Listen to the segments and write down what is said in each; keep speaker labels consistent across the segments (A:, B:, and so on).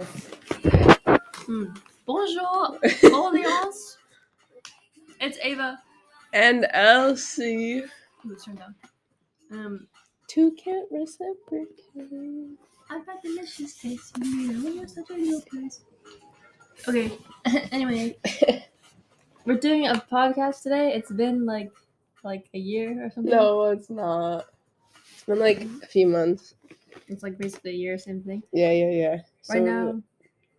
A: Hmm. Bonjour, Orleans. It's Ava.
B: And Elsie.
A: Let's turn down. Um,
B: Two can't reciprocate.
A: I've got delicious taste. You know, you're such a little place. Okay. anyway, we're doing a podcast today. It's been like like a year or something.
B: No, it's not. It's been like a few months.
A: It's like basically a year, same thing.
B: Yeah, yeah, yeah. So,
A: right now,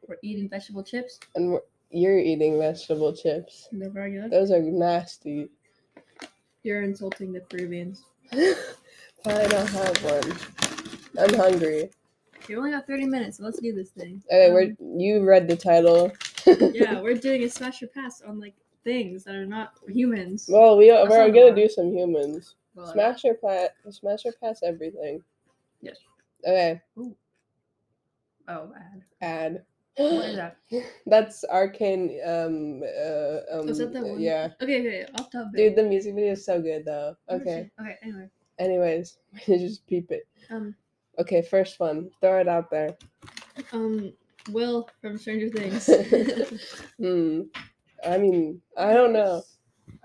A: we're eating vegetable chips.
B: And we're, you're eating vegetable chips.
A: They're very good.
B: Those are nasty.
A: You're insulting the Peruvians.
B: I don't have one. I'm hungry.
A: You only got 30 minutes, so let's do this thing.
B: Okay,
A: Um,
B: we're, you read the title.
A: yeah, we're doing a smash or pass on like things that are not humans.
B: Well, we,
A: That's
B: we're
A: not
B: gonna
A: bad.
B: do some humans.
A: Well,
B: Smash or pass. Smash or pass everything.
A: Yes.
B: Okay.
A: Oh, ad.
B: Add.
A: What is that?
B: That's arcane. Um. Uh, um
A: Was that the one?
B: Yeah.
A: Okay, okay, off topic.
B: Dude, the music video is so good though.
A: Oh, shit.
B: Okay.
A: Okay, anyway.
B: Anyways, just peep it.
A: Um,
B: Okay, first one. Throw it out there.
A: um, Will from Stranger Things.
B: Hmm. I mean, I don't know.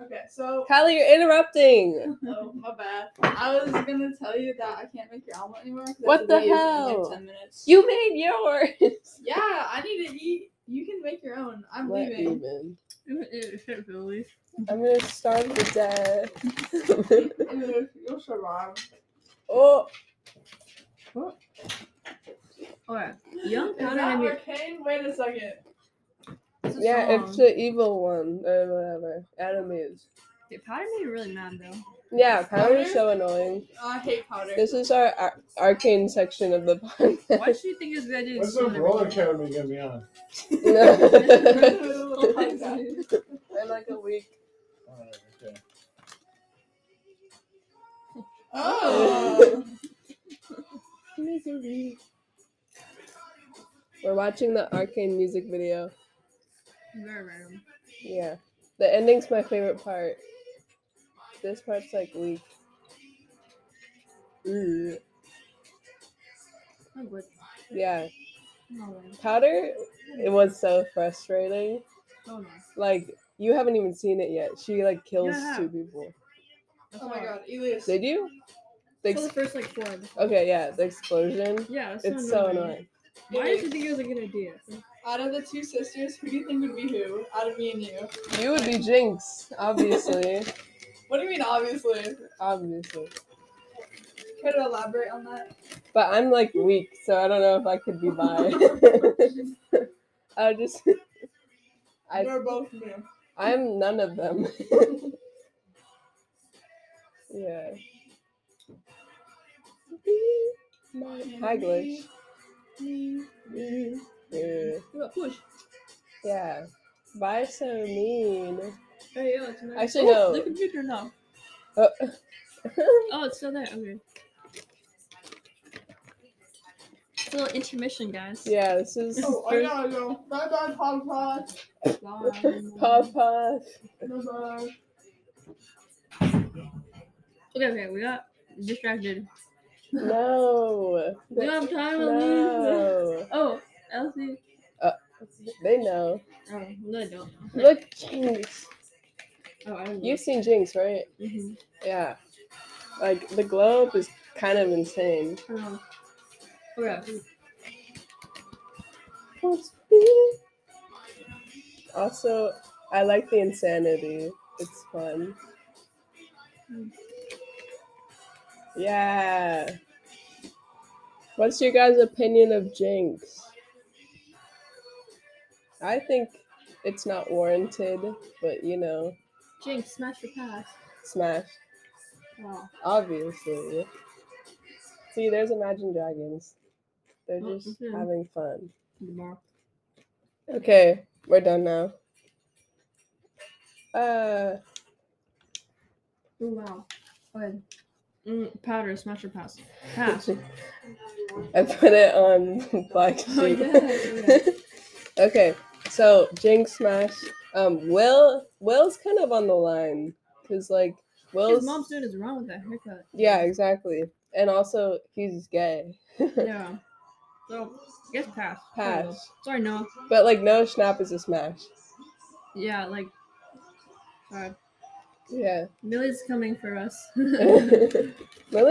C: Okay, so
B: Kylie, you're interrupting.
C: oh, my bad. I was gonna tell you that I can't make your omelet anymore. 'cause I
B: What
C: have
B: the
C: to leave in,
B: hell?
C: Like Ten minutes.
B: You made yours.
C: Yeah, I need to eat. You can make your own. I'm
B: What
C: leaving.
B: even?
A: Ew, ew, shit, Billy.
B: I'm gonna starve to death.
C: Ew, You're so wrong.
B: oh,
A: Alright, Young
C: Is
A: Powder
C: that
A: and Mir-
C: arcane? Wait a second.
A: it's a
B: yeah,
A: song.
B: it's the evil one or whatever. Adam is.
A: Dude, Powder made me really mad though.
B: Yeah, Powder
C: Powder?
B: is so annoying.
C: I hate powder.
B: This is our ar- arcane section of the
A: Why
B: podcast.
A: does she think it's good? idea to
D: What's
A: split
D: up, roller
A: everything?
D: academy gonna be on?
B: No.
C: Wait
B: In like a week.
D: Alright, okay.
C: oh.
B: Misery. We're watching the arcane music video.
A: Very random.
B: Yeah. The ending's my favorite part. This part's like weak. Ooh.
A: Oh, good.
B: Yeah.
A: Oh, well.
B: Powder, it was so frustrating.
A: Oh, no.
B: Like, you haven't even seen it yet. She like kills
A: Yeah.
B: two people.
A: That's
C: oh my
A: all.
C: god, Elias.
B: Did you? The
A: Saw the
B: ex-
A: first like four. of them.
B: okay, yeah, the explosion.
A: Yeah, that's
B: It's so annoying.
A: Why did you think it was a good idea?
C: Out of the two sisters, who do you think would be who? Out of me and you.
B: You would be Jinx, obviously.
C: What do you mean, obviously?
B: obviously.
C: Care to elaborate on that?
B: But I'm like weak, so I don't know if I could be bi. I just I
C: You're both new.
B: I'm none of them. yeah. Haglish. Yeah.
A: Push.
B: yeah. Bi so mean.
A: Hey, yo, it's another-
B: Actually,
A: Oh,
B: no.
A: The computer now.
B: Uh,
A: Oh, it's still there. Okay. It's a little intermission, guys.
B: yeah, this is
C: Oh, I
B: first-
C: gotta go. Bye bye, Pop Pop.
B: Puff Puff.
C: Bye
A: Okay, okay, we got distracted.
B: No.
A: We don't have time to lose.
B: No.
A: Oh, Elsie.
B: They know.
A: Oh, no, I don't.
B: Look, Jinx.
A: Oh, I don't know.
B: You've seen Jinx, right?
A: Mhm.
B: Yeah. Like the glow up is kind of insane.
A: Oh. Okay.
B: Also, I like the insanity. It's fun.
A: Mm.
B: Yeah. What's your guys' opinion of Jinx? I think it's not warranted, but you know,
A: Jinx, smash your pass.
B: smash.
A: Wow.
B: Obviously. See, there's Imagine Dragons. They're
A: Oh,
B: just
A: mhm.
B: having fun.
A: Tomorrow.
B: Okay, we're done now. Uh,
A: Oh, wow. Okay. Mm, powder, smash your pass. Pass.
B: I put it on Black
A: Oh,
B: Sheep.
A: yeah. okay.
B: okay, so Jinx Smash. Um, Will Will's kind of on the line because like Will's
A: His mom's doing is wrong with that haircut.
B: yeah exactly, and also he's gay.
A: Yeah. So I guess pass. Sorry, Will.
B: Pass.
A: Sorry, Noah.
B: But like no snap is a smash.
A: Yeah, like. Sorry.
B: Yeah.
A: Millie's coming for us.
B: Lily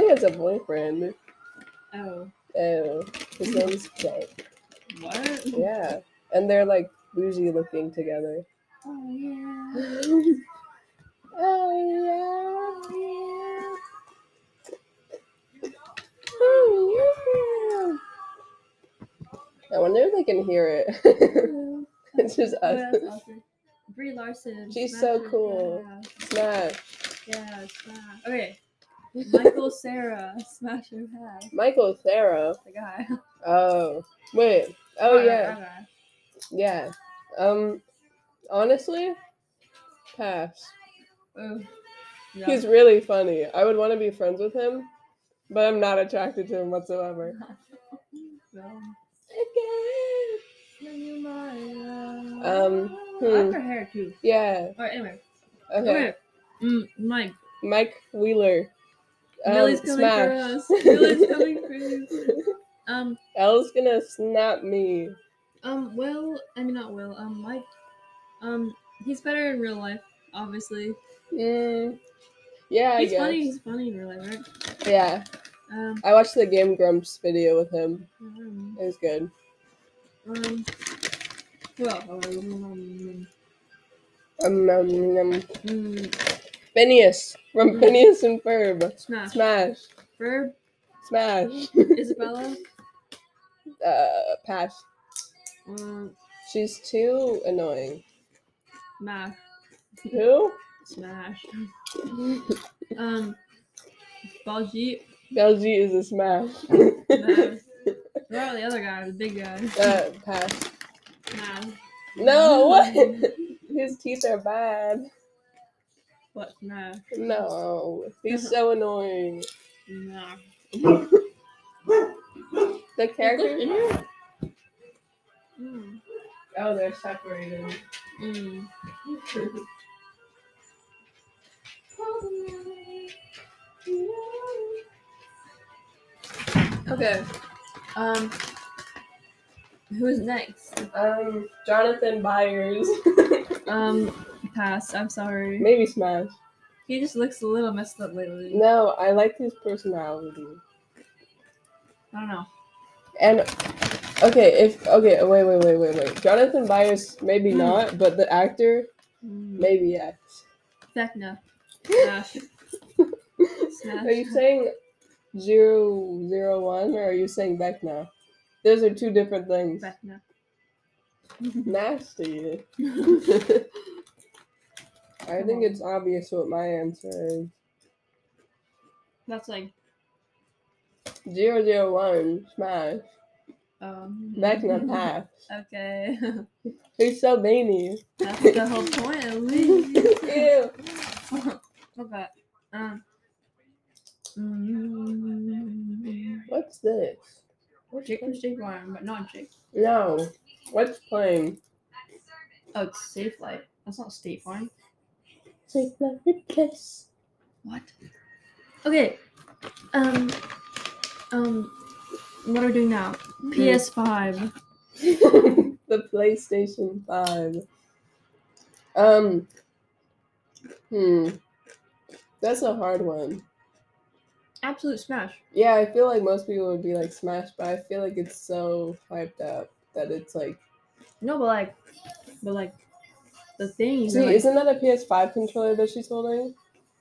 B: has a boyfriend.
A: oh.
B: Oh, his name's Jake.
A: What?
B: Yeah. And they're like bougie looking together.
A: Oh yeah.
B: oh yeah. Oh yeah. I wonder if they can hear it.
A: Hello.
B: it's just
A: Oh,
B: us.
A: that's awesome. Brie Larson.
B: She's
A: smash
B: so
A: it,
B: cool. Smash.
A: Yeah, yeah, smash. Okay. Michael Sarah, smash your head.
B: Michael Thera.
A: The guy.
B: Oh. Wait. Oh
A: Alright,
B: yeah.
A: alright.
B: Yeah. Um honestly, pass.
A: Oh. Yeah.
B: He's really funny. I would want to be friends with him, but I'm not attracted to him whatsoever.
A: Well,
B: Um,
A: I like her hair too.
B: Yeah.
A: Alright, anyway.
B: Okay.
A: Okay. Mm, Mike.
B: Mike Wheeler. Um,
A: Millie's coming for
B: smash.
A: us. Millie's coming for you. Um,
B: Elle's gonna snap me.
A: um, Will, I mean, not Will, um, Mike. Um, he's better in real life, obviously.
B: Mm. Yeah, I
A: he's
B: guess.
A: funny, he's funny in real life, right?
B: Yeah,
A: Um,
B: I watched the Game Grumps video with him.
A: um,
B: It was good.
A: um, well, um,
B: Um, nom, nom.
A: mm,
B: Phineas from
A: Mm.
B: Phineas and Ferb.
A: Smash.
B: Smash,
A: Verb,
B: smash.
A: Isabella,
B: Uh, pass.
A: um,
B: She's too annoying.
A: Mash,
B: Who?
A: Smash. Um, Baljeet,
B: Belgie is a smash.
A: Mash. What about the other guy, the big guy?
B: uh, pass.
A: Mash.
B: No, what? His teeth are bad.
A: What? Mash.
B: No, he's so annoying.
A: Mash.
B: The character.
A: Mm.
B: Oh, they're separated.
A: Mm.
B: Okay.
A: Um, who's next?
B: Um, Jonathan Byers.
A: Um, pass. I'm sorry.
B: Maybe Smash.
A: He just looks a little messed up lately.
B: No, I like his personality.
A: I don't know.
B: And okay, if okay, wait, wait, wait, wait, wait. Jonathan Byers, maybe
A: Hmm.
B: not, but the actor,
A: Mm.
B: maybe yes.
A: Vecna. Smash. Smash.
B: Are you saying zero zero one, or are you saying Vecna? Those are two different things.
A: Vecna.
B: Nasty. I think it's obvious what my answer is.
A: That's like
B: Zero zero one smash.
A: um.
B: Vecna pass.
A: Okay.
B: He's so veiny.
A: That's the whole point. At least.
B: Ew.
A: What about um. Mm.
B: What's this?
A: Jake from Jake Warren, but not Jake.
B: No. What's playing?
A: Oh, it's Safe Light. That's not State Farm.
B: Take my kiss.
A: What? Okay. Um. Um. What are we doing now?
B: Mm-hmm.
A: PS5.
B: the PlayStation 5. Um. Hmm. That's a hard one.
A: Absolute Smash.
B: Yeah, I feel like most people would be like Smash, but I feel like it's so hyped up that it's like.
A: No, but like, but like, the thing is,
B: See,
A: like,
B: isn't that a PS5 controller that she's holding?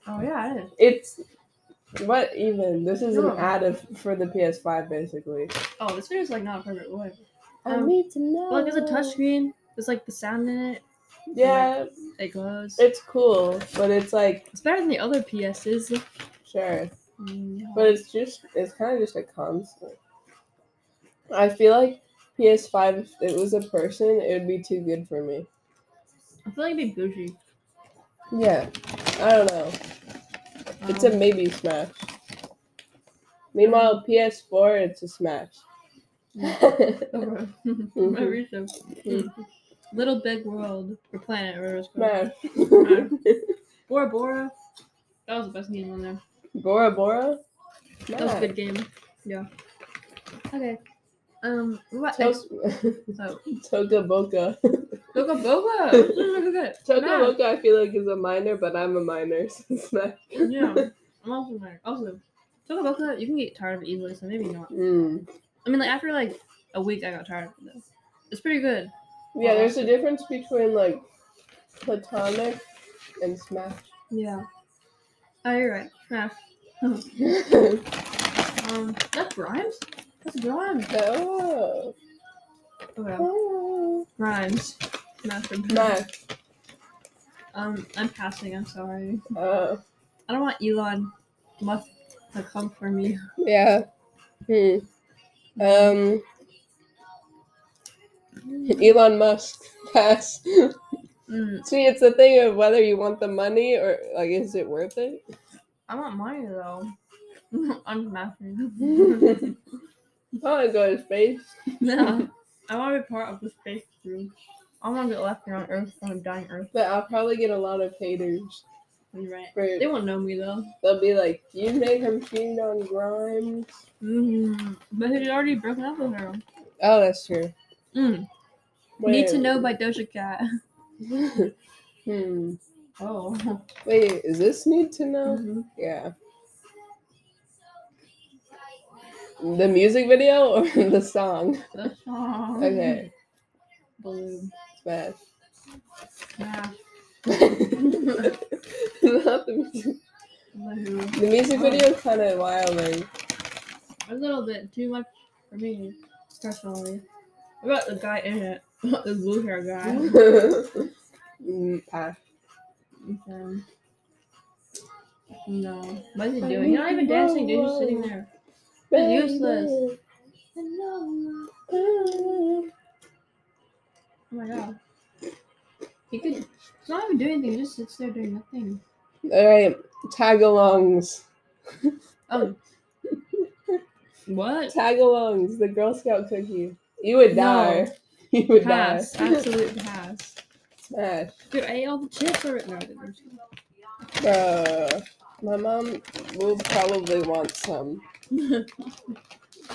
A: oh yeah, it is.
B: It's. What even? This is
A: No.
B: an ad of, for the PS5, basically.
A: Oh, this video's like not perfect. Whatever.
B: I
A: Um,
B: need to know.
A: But like, there's a touchscreen. There's like the sound in it.
B: Yeah,
A: It glows.
B: it's cool, but it's like
A: It's better than the other PSs.
B: Sure,
A: Mm, yeah.
B: but it's just it's kind of just a constant. I feel like PS5. If it was a person, it would be too good for me.
A: I feel like it'd be bougie.
B: Yeah, I don't know. It's a
A: Um,
B: maybe smash. Meanwhile, PS4, it's a smash.
A: over. Whatever you said.
B: Mm-hmm.
A: Mm. Little Big World or Planet, whatever it's called.
B: smash.
A: Bora Bora. That was the best game on there.
B: Bora Bora.
A: That was a
B: Smash.
A: good game. Yeah. Okay. Um, what?
B: Toast-
A: So,
B: Toca Boca.
A: Boca Boca.
B: Toca
A: Nah.
B: Boca, I feel like, is a minor, but I'm a minor, so it's not.
A: Yeah. I'm also like, also, Toca Boca, you can get tired of it easily, so maybe not.
B: Mm.
A: I mean, like, after like a week, I got tired of this. It's pretty good.
B: Yeah, there's a difference between, like, platonic and smash.
A: Yeah. Oh, you're right. Yeah. Um, that rhymes? That's rhymes.
B: oh.
A: Okay.
B: oh.
A: Rhymes. Master
B: Smash.
A: Um, I'm passing, I'm sorry.
B: Oh.
A: I don't want Elon Musk to come for me.
B: Yeah. Hmm. Um. Elon Musk. Pass.
A: Mm,
B: See, it's the thing of whether you want the money or like, is it worth it?
A: I want money though. I'm passing.
B: I want to go to space.
A: no. I want to be part of the space crew. I want to get left here on Earth on a dying Earth.
B: But I'll probably get a lot of haters.
A: You're right.
B: For
A: They won't know me though.
B: they'll be like, "You made him cheat on Grimes."
A: Mm, but he's already broken up with her.
B: Oh, that's true.
A: Mm. Need to know by Doja Cat.
B: Wait. hmm.
A: Oh.
B: Wait, is this need to know?
A: Mhm.
B: Yeah. The music video or the song?
A: The song.
B: Okay,
A: Balloon.
B: smash.
A: Yeah.
B: Not the music.
A: Balloon.
B: The music video kind of wild, like
A: A little bit too much for me, personally. What about the guy in it? the blue hair guy. Mm-hmm.
B: Mm, pass.
A: Okay. No. What is he doing? He's not even dancing, dude. He's just sitting there. It's useless.
B: Baby.
A: Oh my god. He could. He's not even doing anything. He just sits there doing nothing.
B: All right, tagalongs.
A: Oh. what?
B: Tagalongs, the Girl Scout cookie. You would
A: No.
B: die. You would
A: Pass.
B: die.
A: Absolute pass.
B: Smash.
A: Dude, I ate all the chips already. No, I didn't.
B: Bruh. My mom will probably want some.
A: you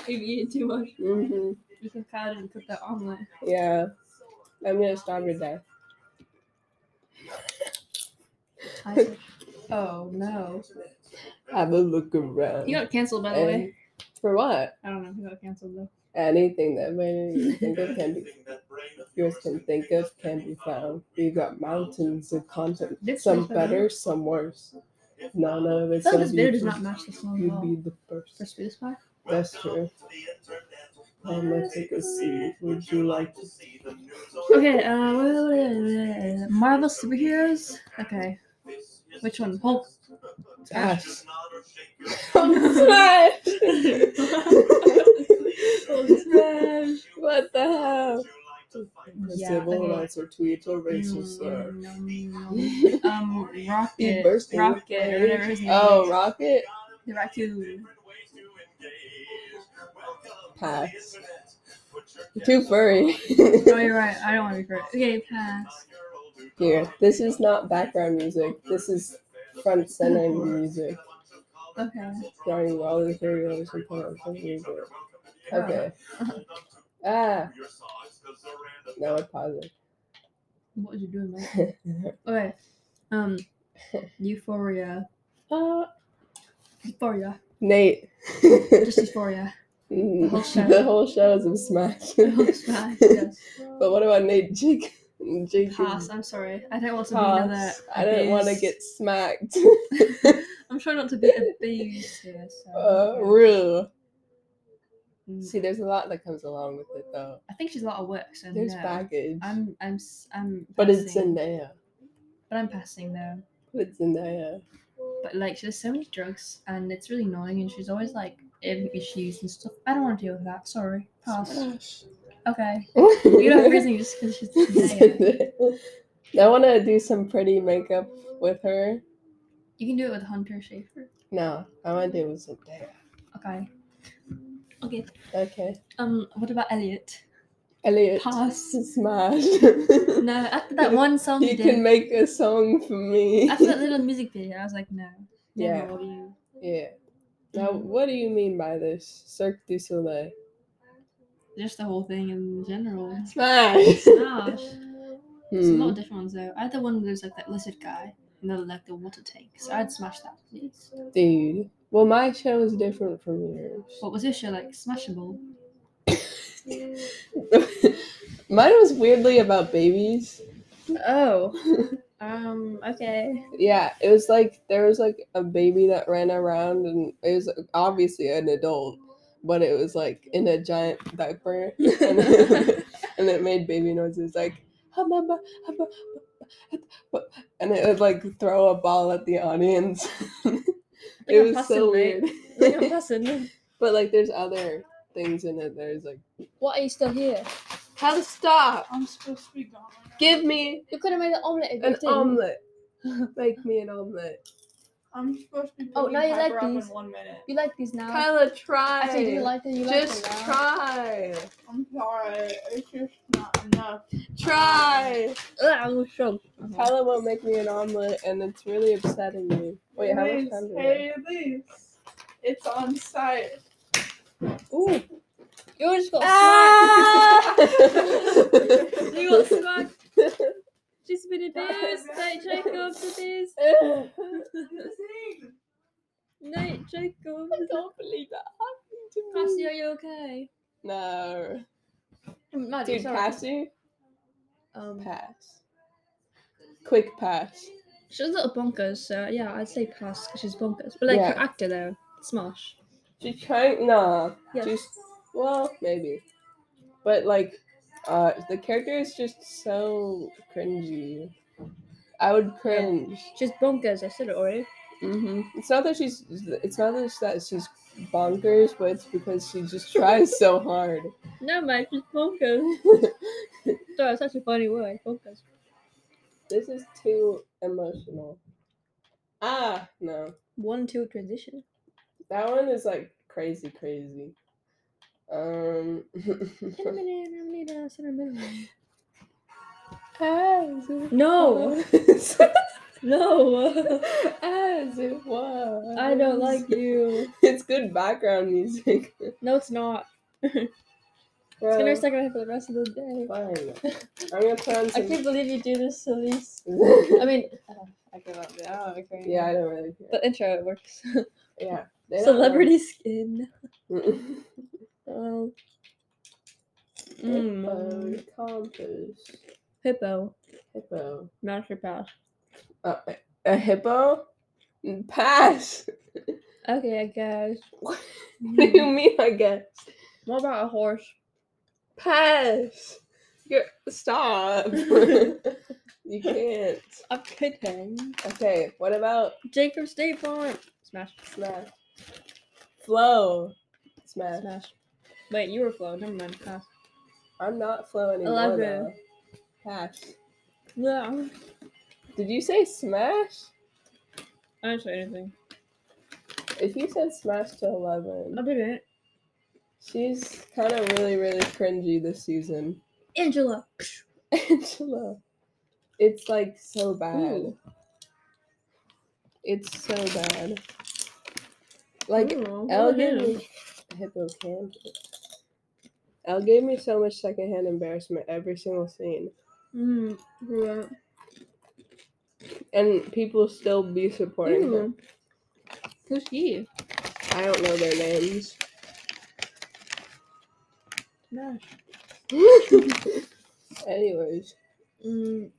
A: eating too much.
B: hmm
A: You can cut it and put that omelet.
B: Yeah. I'm gonna starve to death.
A: I said, oh no.
B: Have a look around.
A: He got canceled, by the
B: And-
A: way.
B: For what?
A: I don't know. He got canceled though.
B: Anything that made you think of can be yours can think of can be found. We've got mountains of content.
A: This
B: Some
A: is better.
B: better, some worse. None of it's
A: So this
B: of
A: video
B: you.
A: does not match this one at
B: You'd
A: all.
B: be the
A: For
B: first.
A: Spotify?
B: That's true. I'm gonna take a seat. Would you like to see?
A: Okay, uh, what- what- what- Marvel superheroes? Okay. Which one? Hulk.
B: Pass. what the hell? The
A: Yeah,
B: civil
A: okay.
B: rights are tweets or racist, sir.
A: Mm, Um,
B: He
A: Rocket.
B: burst in with
A: Rocket, or whatever his name
B: Oh,
A: is.
B: Rocket?
A: The raccoon.
B: Pass. Too furry.
A: Oh, you're right. I don't want to be correct. Okay, pass.
B: Here, this is not background music. This is front center music.
A: Okay.
B: Starting with all the heroes and put on some music. Okay. Ah. Now I pause
A: What was you doing, man?
B: it.
A: Okay. Um, Euphoria.
B: uh,
A: Euphoria.
B: Nate.
A: Just Euphoria.
B: Mm,
A: whole show.
B: the whole show is a smash.
A: Smash, yes.
B: But what about Nate Jake? Jake
A: Pass. I'm sorry. I don't want to be another.
B: I don't want to
A: abused-
B: get smacked.
A: I'm trying not to be abused here. So.
B: uh, real.
A: Mm,
B: See, there's a lot that comes along with it, though.
A: I think she's a lot of work. So
B: There's
A: no.
B: baggage.
A: I'm I'm s- I'm.
B: but it's
A: passing.
B: Zendaya.
A: But I'm passing though.
B: But it's Zendaya.
A: But like she does so many drugs and it's really annoying and she's always like in issues and stuff. I don't want to deal with that. Sorry. Pass.
B: Smash.
A: Okay. You don't have reason just because she's Zendaya.
B: I want to do some pretty makeup with her.
A: You can do it with Hunter Schafer.
B: No, I want to do it with Zendaya.
A: Okay. Okay.
B: Okay.
A: Um. What about Elliot?
B: Elliot.
A: Pass.
B: Smash.
A: No. After that one song he
B: You can
A: did,
B: make a song for me.
A: after that little music video, I was like, no.
B: Yeah.
A: Never will you.
B: Yeah. Now, what do you mean by this? Cirque du Soleil.
A: just the whole thing in general.
B: Smash.
A: Gosh. There's a lot
B: Hmm.
A: of different ones though. I had the one where there was like that lizard guy and then like the water tank. So I'd smash that, please.
B: Hmm, Dude. Well, my show is different from yours.
A: What was your show like? Smashable.
B: Mine was weirdly about babies.
A: Oh. um. Okay.
B: Yeah, it was like there was like a baby that ran around, and it was obviously an adult, but it was like in a giant diaper, and, and it made baby noises like "Hubba bubba, hubba bubba, hubba," and it would like throw a ball at the audience. it
A: a
B: was so
A: person, right?
B: weird.
A: person.
B: but like, there's other things in it. There's like,
E: What are you still here?
B: how to stop?
C: I'm supposed to be gone. right now.
B: Give me
E: You could have made an omelette if
B: an
E: you didn't.
B: omelet. Make me an omelet.
C: I'm supposed to be.
E: Oh,
C: picking
E: now you like
C: Piper up
E: these.
C: In one minute.
E: You like these
A: Uh,
E: now.
B: Kyla, try.
E: Actually, do you like them? You like
B: Just
E: them now?
B: try.
C: I'm sorry. It's just not enough.
B: Try.
A: I'm shook.
B: Kyla won't make me an omelet, and it's really upsetting me. Wait, how much time do we have?
C: Hey, Elise. It's on site.
B: Ooh.
E: You just got
B: Ah!
A: You got smacked. She's been abused. Night Jacobs abused. Night Jacob.
B: I don't believe that happened to me.
A: Cassie, are you okay?
B: No.
E: smacked.
B: Dude, Cassie,
A: Um,
B: pass. Quick pass.
A: she's a little bonkers, so yeah, I'd say pass 'cause she's bonkers. But like her
B: Yeah.
A: actor though, smash.
B: She's trying. Nah.
A: Yeah.
B: She's. Well, maybe. But, like, uh, the character is just so cringy. I would cringe.
A: She's bonkers. I said it already.
B: hmm It's not that she's. It's not that that she's bonkers, but it's because she just tries so hard.
A: No, mate, she's bonkers. Sorry, it's such a funny word. Bonkers.
B: this is too emotional. Ah, no,
A: One two transition.
B: that one is like crazy, crazy. Um. as it Oh.
A: No,
B: was.
A: no,
B: As it was.
A: I don't like you.
B: It's good background music.
A: No, it's not. It's gonna be
B: Well,
A: stuck in my head for the rest of the day.
B: fine. I'm gonna put on
A: I
B: some.
A: can't believe you do this, Elise. I mean, I give up. I don't have a
B: yeah, I don't really care.
A: But intro it works.
B: Yeah. they don't know.
A: Celebrity Mm-hmm. skin.
B: Mm-mm.
A: Oh. Mm.
B: Hippo, compass,
A: Hippo.
B: hippo.
A: Master pass.
B: Uh, a- a hippo? Mm, Pass.
A: Okay, I guess.
B: What do
A: Hmm.
B: you mean? I guess.
A: what about a horse?
B: Pass. You're, stop. you can't.
A: A kitten.
B: Okay. What about
A: Jake from State Farm. Smash.
B: smash? Flow. Smash.
A: Smash. Wait, you were flow. Never mind. Pass.
B: I'm not flow anymore.
A: Eleven.
B: though. Pass.
A: No.
B: Did you say smash?
A: I didn't say anything.
B: If you said smash to eleven,
A: I didn't.
B: she's kind of really, really cringy this season.
A: Angela.
B: Angela. It's like so bad.
A: Ooh.
B: It's so bad. Like
A: Ooh,
B: Elle
A: what
B: gave
A: about him?
B: me hippocampus. Elle gave me so much secondhand embarrassment every single scene,
A: Mm. yeah.
B: and people still be supporting her.
A: Ooh. Who's he?
B: I don't know their names.
A: Smash.
B: Anyways,
A: Mm.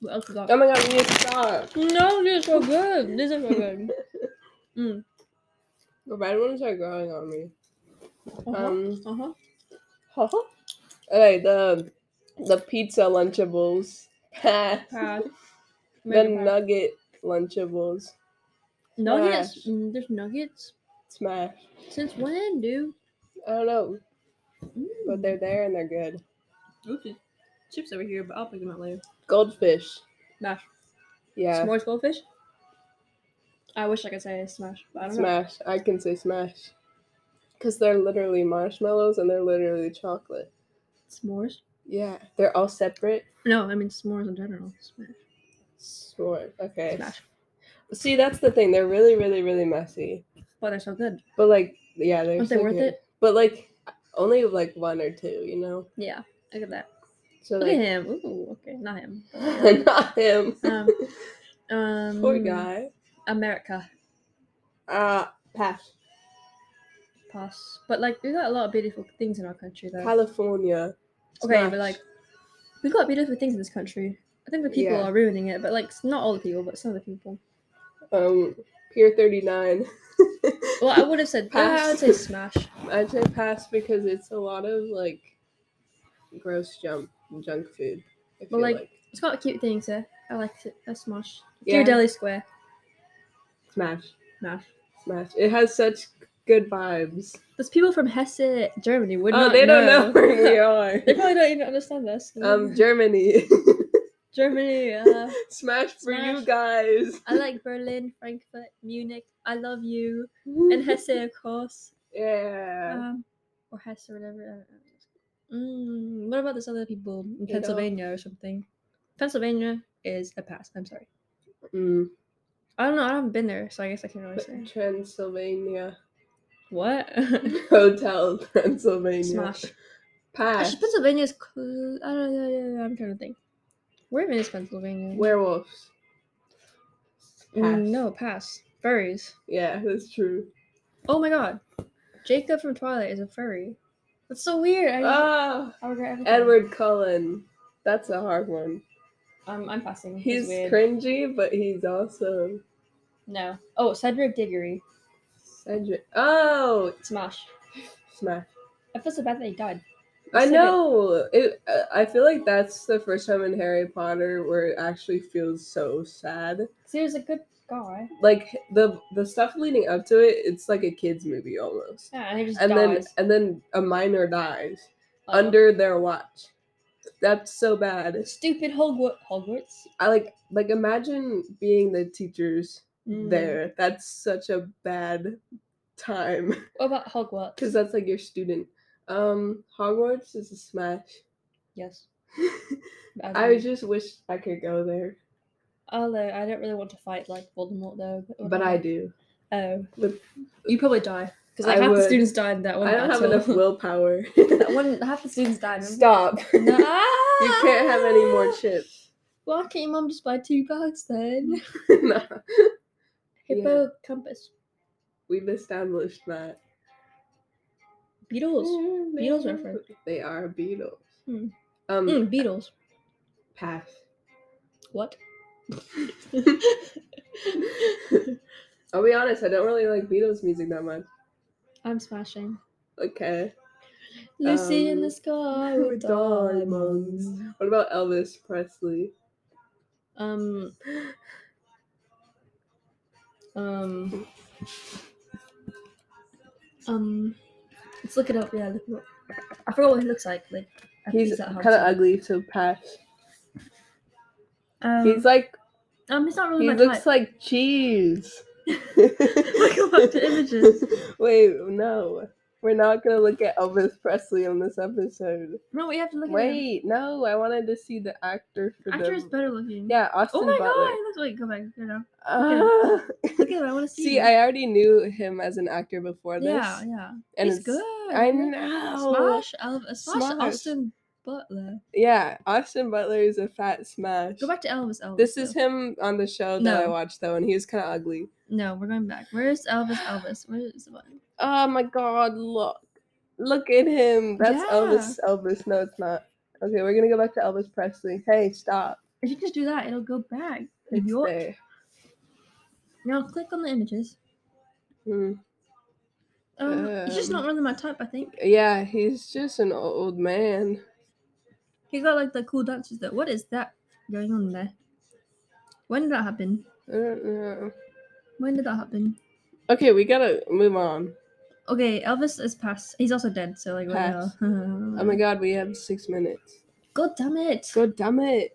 A: What else we got?
B: oh my god, we need to stop.
A: No, these are good. These are so good. Mm.
B: The red ones are growing on me.
A: Uh-huh.
B: Um,
A: uh-huh.
B: okay, the the pizza lunchables. Pass.
A: Pass.
B: The
A: Maybe pass.
B: nugget lunchables.
A: nuggets. Mm, there's nuggets.
B: Smash.
A: Since when, dude?
B: I don't know, but
A: Mm.
B: they're there and they're good.
A: Oopsie. Chips over here, but I'll pick them up later.
B: Goldfish.
A: Smash.
B: Yeah.
A: S'mores goldfish. I wish I could say smash, but I don't know.
B: Smash. I can say smash. Because they're literally marshmallows and they're literally chocolate.
A: S'mores.
B: Yeah. They're all separate.
A: No, I mean s'mores in general. Smash.
B: S'mores. Okay.
A: Smash.
B: See, that's the thing. They're really, really, really messy.
A: But they're so good.
B: But, like, yeah, they're.
A: Aren't they
B: so
A: worth
B: good.
A: it?
B: But, like, only like one or two, you know.
A: Yeah, look at that.
B: So
A: Look at
B: like,
A: him. Ooh, okay, not him.
B: not him.
A: Um, um,
B: Poor guy.
A: America,
B: Uh, pass.
A: pass. But like, we got a lot of beautiful things in our country, though.
B: California.
A: okay,
B: Smash.
A: but like, we got beautiful things in this country. I think the people
B: Yeah.
A: are ruining it, but like, s- not all the people, but some of the people.
B: um, Pier Thirty Nine.
A: Well, I would have said I would
B: Pass.
A: say smash.
B: I'd say pass because it's a lot of like gross junk junk food. I feel
A: like,
B: like,
A: It's got cute things there. I liked it. That's smash.
B: Yeah.
A: Delhi Square,
B: smash,
A: smash.
B: smash. It has such good vibes.
A: Those people from Hesse, Germany, would
B: oh,
A: not
B: they don't know where we
A: they
B: are.
A: probably don't even understand us.
B: um, Germany.
A: Germany. Uh,
B: smash for you
A: Smash.
B: guys.
A: I like Berlin, Frankfurt, Munich. I love you, and Hesse, of course,
B: Yeah.
A: um, or Hesse, or whatever. I don't know. Mm, what about this other people in
B: They don't-
A: Pennsylvania or something? Pennsylvania is a pass. I'm sorry. Uh,
B: Mm.
A: I don't know. I haven't been there, so I guess I can't really say
B: Transylvania
A: what.
B: Hotel Transylvania.
A: Smash.
B: Pass.
A: Actually, Pennsylvania is. Cl- I don't know. I'm trying to think. Where even is Pennsylvania?
B: Werewolves. Pass.
A: Mm, No, pass. Furries.
B: Yeah, that's true.
A: Oh my god. Jacob from Twilight is a furry. That's so weird. I,
B: Oh,
A: I regret everything.
B: Edward Cullen. That's a hard one.
A: Um, I'm passing.
B: He's
A: weird.
B: cringy, but he's also
A: no. Oh, Cedric Diggory.
B: Cedric. Oh,
A: Smash.
B: smash!
A: I feel so bad that he died.
B: I
A: Cedric.
B: know. It. I- I feel like that's the first time in Harry Potter where it actually feels so sad.
A: 'Cause he was a good guy.
B: Like the the stuff leading up to it, it's like a kids movie almost.
A: Yeah, and he just
B: And then
A: dies.
B: and then a minor dies
A: Oh.
B: under their watch. That's so bad.
A: stupid Hogwarts. Hogwarts.
B: I like like imagine being the teachers
A: Mm.
B: there. That's such a bad time
A: What about Hogwarts?
B: because that's like your student. Um, Hogwarts is a smash.
A: yes.
B: I just wish I could go there,
A: Although Oh, I don't really want to fight like Voldemort though.
B: but I do.
A: Oh.
B: But-
A: you probably die because
B: I
A: like half the
B: would.
A: students died in that one.
B: I don't have
A: battle.
B: enough willpower.
A: that one half the students died. remember?
B: Stop.
A: No.
B: You can't have any more chips.
A: Why can't your mom just buy two bags then?
B: no,
A: Hippo, compass,
B: we've established that.
A: beetles. Beatles reference.
B: They are beetles.
A: Hmm.
B: Um,
A: Mm, beetles.
B: pass.
A: What?
B: I'll be honest. I don't really like Beatles music that much.
A: I'm smashing.
B: Okay.
A: Lucy in
B: Um,
A: the sky
B: with
A: with diamonds.
B: What about Elvis Presley?
A: Um. Um. Um. Let's look it up. Yeah, look it up. I forgot what he looks like. Like I think
B: He's
A: at
B: kind
A: home
B: of ugly, so pass.
A: somewhere. Um,
B: He's like
A: um, he's not really
B: he
A: my
B: looks
A: type.
B: like cheese.
A: go back to images.
B: Wait, no, we're not gonna look at Elvis Presley on this episode.
A: no, we have to look at him.
B: Wait, no, I wanted to see the actor for
A: Actor is
B: the
A: better looking.
B: yeah Austin
A: Oh my god,
B: Butler.
A: he looks like go back. You know.
B: Ah.
A: Look at him. I want to see.
B: see,
A: him.
B: I already knew him as an actor before this.
A: Yeah, yeah.
B: and
A: he's
B: it's-
A: good.
B: I
A: yeah.
B: know.
A: Smash, Elvis, smash,
B: Smash.
A: Austin Butler.
B: Yeah, Austin Butler is a fat smash.
A: Go back to Elvis. Elvis.
B: This is
A: though.
B: him on the show that I
A: No.
B: watched though, and he was kind of ugly.
A: No, we're going back. Where's Elvis? Elvis. Where is the button?
B: Oh my God! Look, look at him. That's Elvis. Elvis. No, it's not. Okay, we're gonna go back to Elvis Presley. Hey, stop.
A: If you just do that, it'll go back. New
B: It's
A: York.
B: there.
A: Now click on the images.
B: Hmm.
A: Um, he's just
B: Um.
A: not really my type. I think
B: Yeah, he's just an old man.
A: he's got like the cool dances though. What is that going on there? When did that happen?
B: I don't know.
A: When did that happen?
B: Okay, we gotta move on.
A: Okay, Elvis is past. He's also dead. So like, what the
B: Pass.
A: hell?
B: Oh my God, we have six minutes.
A: God damn it!
B: God damn it.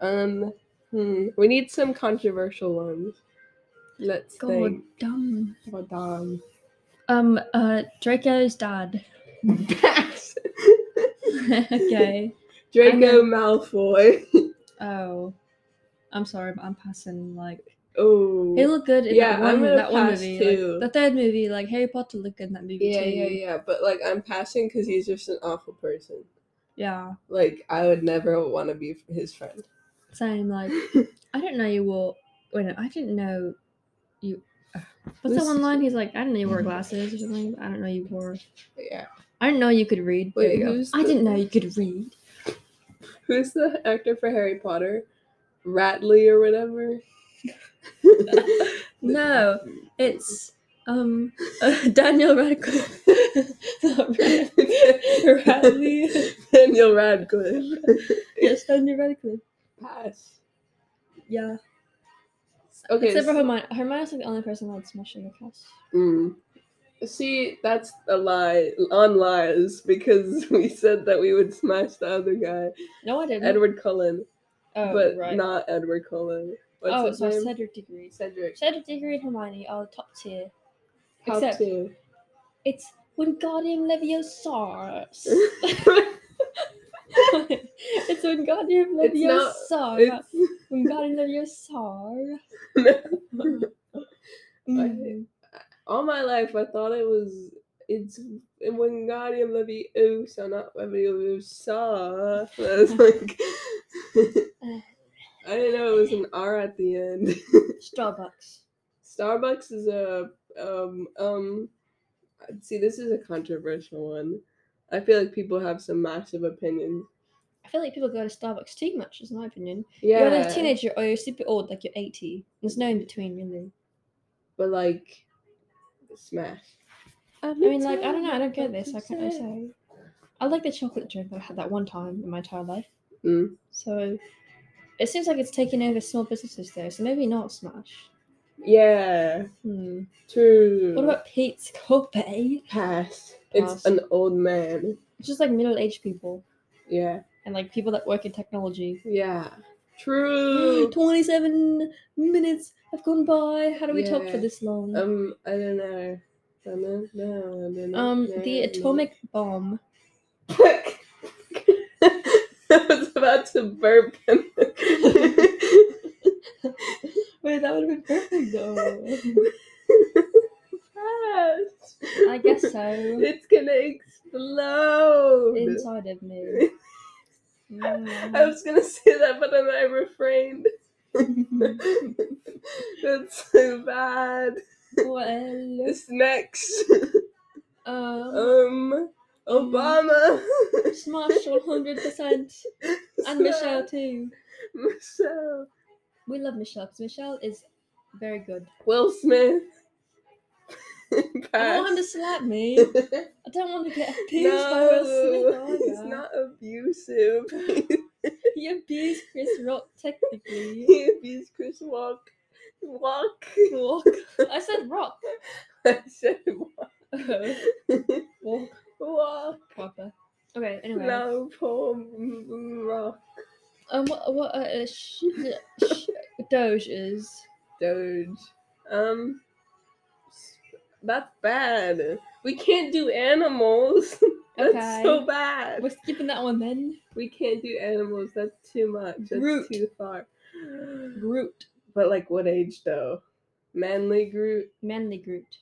B: Um. Hmm. We need some controversial ones. Let's
A: God
B: think.
A: damn.
B: God damn.
A: Um. Uh. Draco's dad. okay. Um,
B: Draco
A: Okay.
B: Malfoy.
A: Oh, I'm sorry, but I'm passing like
B: Oh.
A: They look good in
B: Yeah,
A: that
B: I'm
A: one,
B: gonna
A: that one
B: pass
A: movie. like,
B: too.
A: the third movie, like Harry Potter looked good in that movie
B: Yeah,
A: too.
B: yeah, yeah. But like, I'm passing because he's just an awful person.
A: Yeah.
B: Like, I would never want to be his friend.
A: Same, like I don't know you wore wait no, I didn't know you ugh. What's that
B: This-
A: one line? He's like, I didn't know you wore glasses or something. I don't know you wore
B: yeah.
A: I didn't know you could read. There
B: Wait,
A: you go.
B: who's
A: I
B: the-
A: didn't know you could read.
B: Who's the actor for Harry Potter? Ratley or whatever.
A: No, it's um Daniel Radcliffe. Ratley.
B: Daniel Radcliffe.
A: yes, Daniel Radcliffe.
B: Pass.
A: Yeah.
B: Okay.
A: Except for Hermione. Hermione's like the only person that's smashing the cast.
B: Mm. See, that's a lie on lies because we said that we would smash the other guy,
A: No, I didn't.
B: Edward Cullen,
A: oh,
B: but
A: right.
B: not Edward Cullen. What's
A: oh,
B: his
A: so
B: name?
A: Cedric Diggory.
B: Cedric.
A: Cedric Diggory and Hermione are top tier.
B: Top
A: Except
B: two.
A: it's Wingardium Leviosa. it's Wingardium
B: not-
A: Leviosa.
B: It's-
A: Wingardium Leviosa. Mm.
B: all my life, I thought it was it's Wingardium Leviosa, not Leviosa. I was like, I didn't know it was an R at the end.
A: Starbucks.
B: Starbucks is a um um see this is a controversial one. I feel like people have some massive opinions.
A: I feel like people go to Starbucks too much, is my opinion. You're
B: Yeah.
A: either a teenager or you're super old, like you're 80. There's no in between, really.
B: But like smash. I
A: I mean, like, I don't know, I don't get this, I can't really say. I like the chocolate drink that I had that one time in my entire life.
B: Mm.
A: So it seems like it's taking over small businesses, though, so maybe not Smash.
B: Yeah.
A: Hmm.
B: True.
A: What about Pete's Coffee?
B: pass?
A: Pass.
B: It's an old man.
A: It's just like middle aged people
B: Yeah.
A: and like people that work in technology.
B: Yeah. True.
A: 27 minutes have gone by. How do we talk for
B: Yeah.
A: this long?
B: um, I don't know. I don't know. I don't know.
A: Um, the
B: No, no.
A: atomic bomb.
B: I was about to burp.
A: Wait, that would have been perfect though.
B: Yes.
A: I guess so.
B: It's gonna explode.
A: Inside of me. Mm.
B: I was gonna say that, but then I refrained. That's so bad.
A: well,
B: It's next.
A: um,
B: Um, Obama.
A: smash 100%. And Michelle too.
B: Michelle.
A: We love Michelle because Michelle is very good.
B: Will Smith.
A: I don't want him to slap me. I don't want to get abused by Will
B: no,
A: Smith Oh,
B: he's
A: either.
B: not abusive.
A: He abused Chris Rock technically.
B: he abused Chris Walk. Walk.
A: Walk. I said rock.
B: I said walk.
A: Walk,
B: Walk.
A: proper. Okay, anyway.
B: No, poor m- m- Rock.
A: Um, what, what uh, sh- sh- Doge is.
B: Doge. Um, s- that's bad. We can't do animals. that's
A: Okay.
B: so bad.
A: We're skipping that one then.
B: We can't do animals. That's too much. That's
A: Groot.
B: too far.
A: Groot.
B: But like, what age though? Manly Groot.
A: Manly Groot.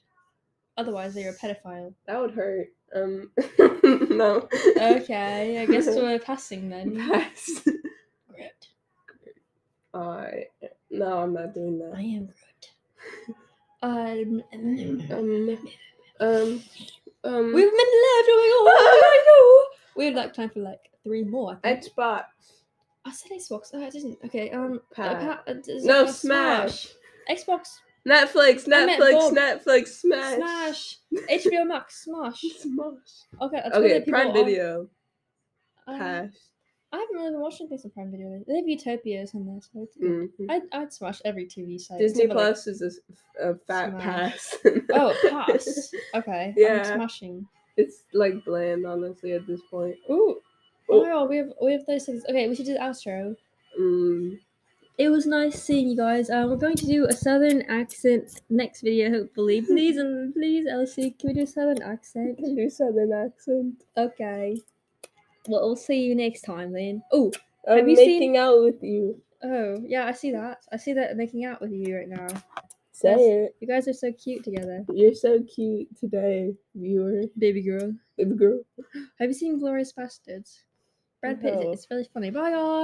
A: Otherwise, they're a pedophile.
B: That would hurt. Um, no.
A: Okay, I guess we're passing then.
B: Pass.
A: Groot.
B: I no, I'm not doing
A: I
B: that.
A: am Groot. Um,
B: Um, um, um.
A: We've been left. Oh my god! Oh my god! We have like time for like three more. I, think.
B: Xbox.
A: I said Xbox. Oh, I didn't. Okay. Um. uh,
B: Pat.
A: pa- uh, is it
B: No,
A: called
B: Smash.
A: Xbox.
B: Netflix.
A: I meant
B: Netflix.
A: Bob.
B: Netflix. Smash.
A: Smash. HBO Max. Smash.
B: Smash.
A: Okay. That's
B: Okay,
A: okay.
B: Prime Video.
A: Um,
B: Pass.
A: I haven't really been watching things on Prime Video. lately. They have Utopias on there, so it's
B: Mhm.
A: I'd, I'd smash every TV site.
B: Disney
A: except for, Mm-hmm. like-
B: Plus is a, a fat
A: Smash.
B: pass.
A: oh, pass. Okay. I'm
B: Yeah.
A: smashing.
B: It's like bland, honestly, at this point.
A: Ooh.
B: Oh.
A: Oh. my God, we have we have those things. Okay, we should do the outro.
B: Mm.
A: It was nice seeing you guys. Um, we're going to do a southern accent next video, hopefully. Please, um, please, Elsie, can we do a southern accent?
B: Can do southern accent.
A: Okay. Well, we'll see you next time then. Oh,
B: I'm
A: Have you
B: making out with you.
A: Oh, yeah, I see that. I see that making out with you right now.
B: Say it.
A: You guys are so cute together.
B: You're so cute today, viewer.
A: Baby girl.
B: Baby girl.
A: Have you seen Glorious Bastards? Brad Pitt
B: No.
A: is it's really funny. Bye guys.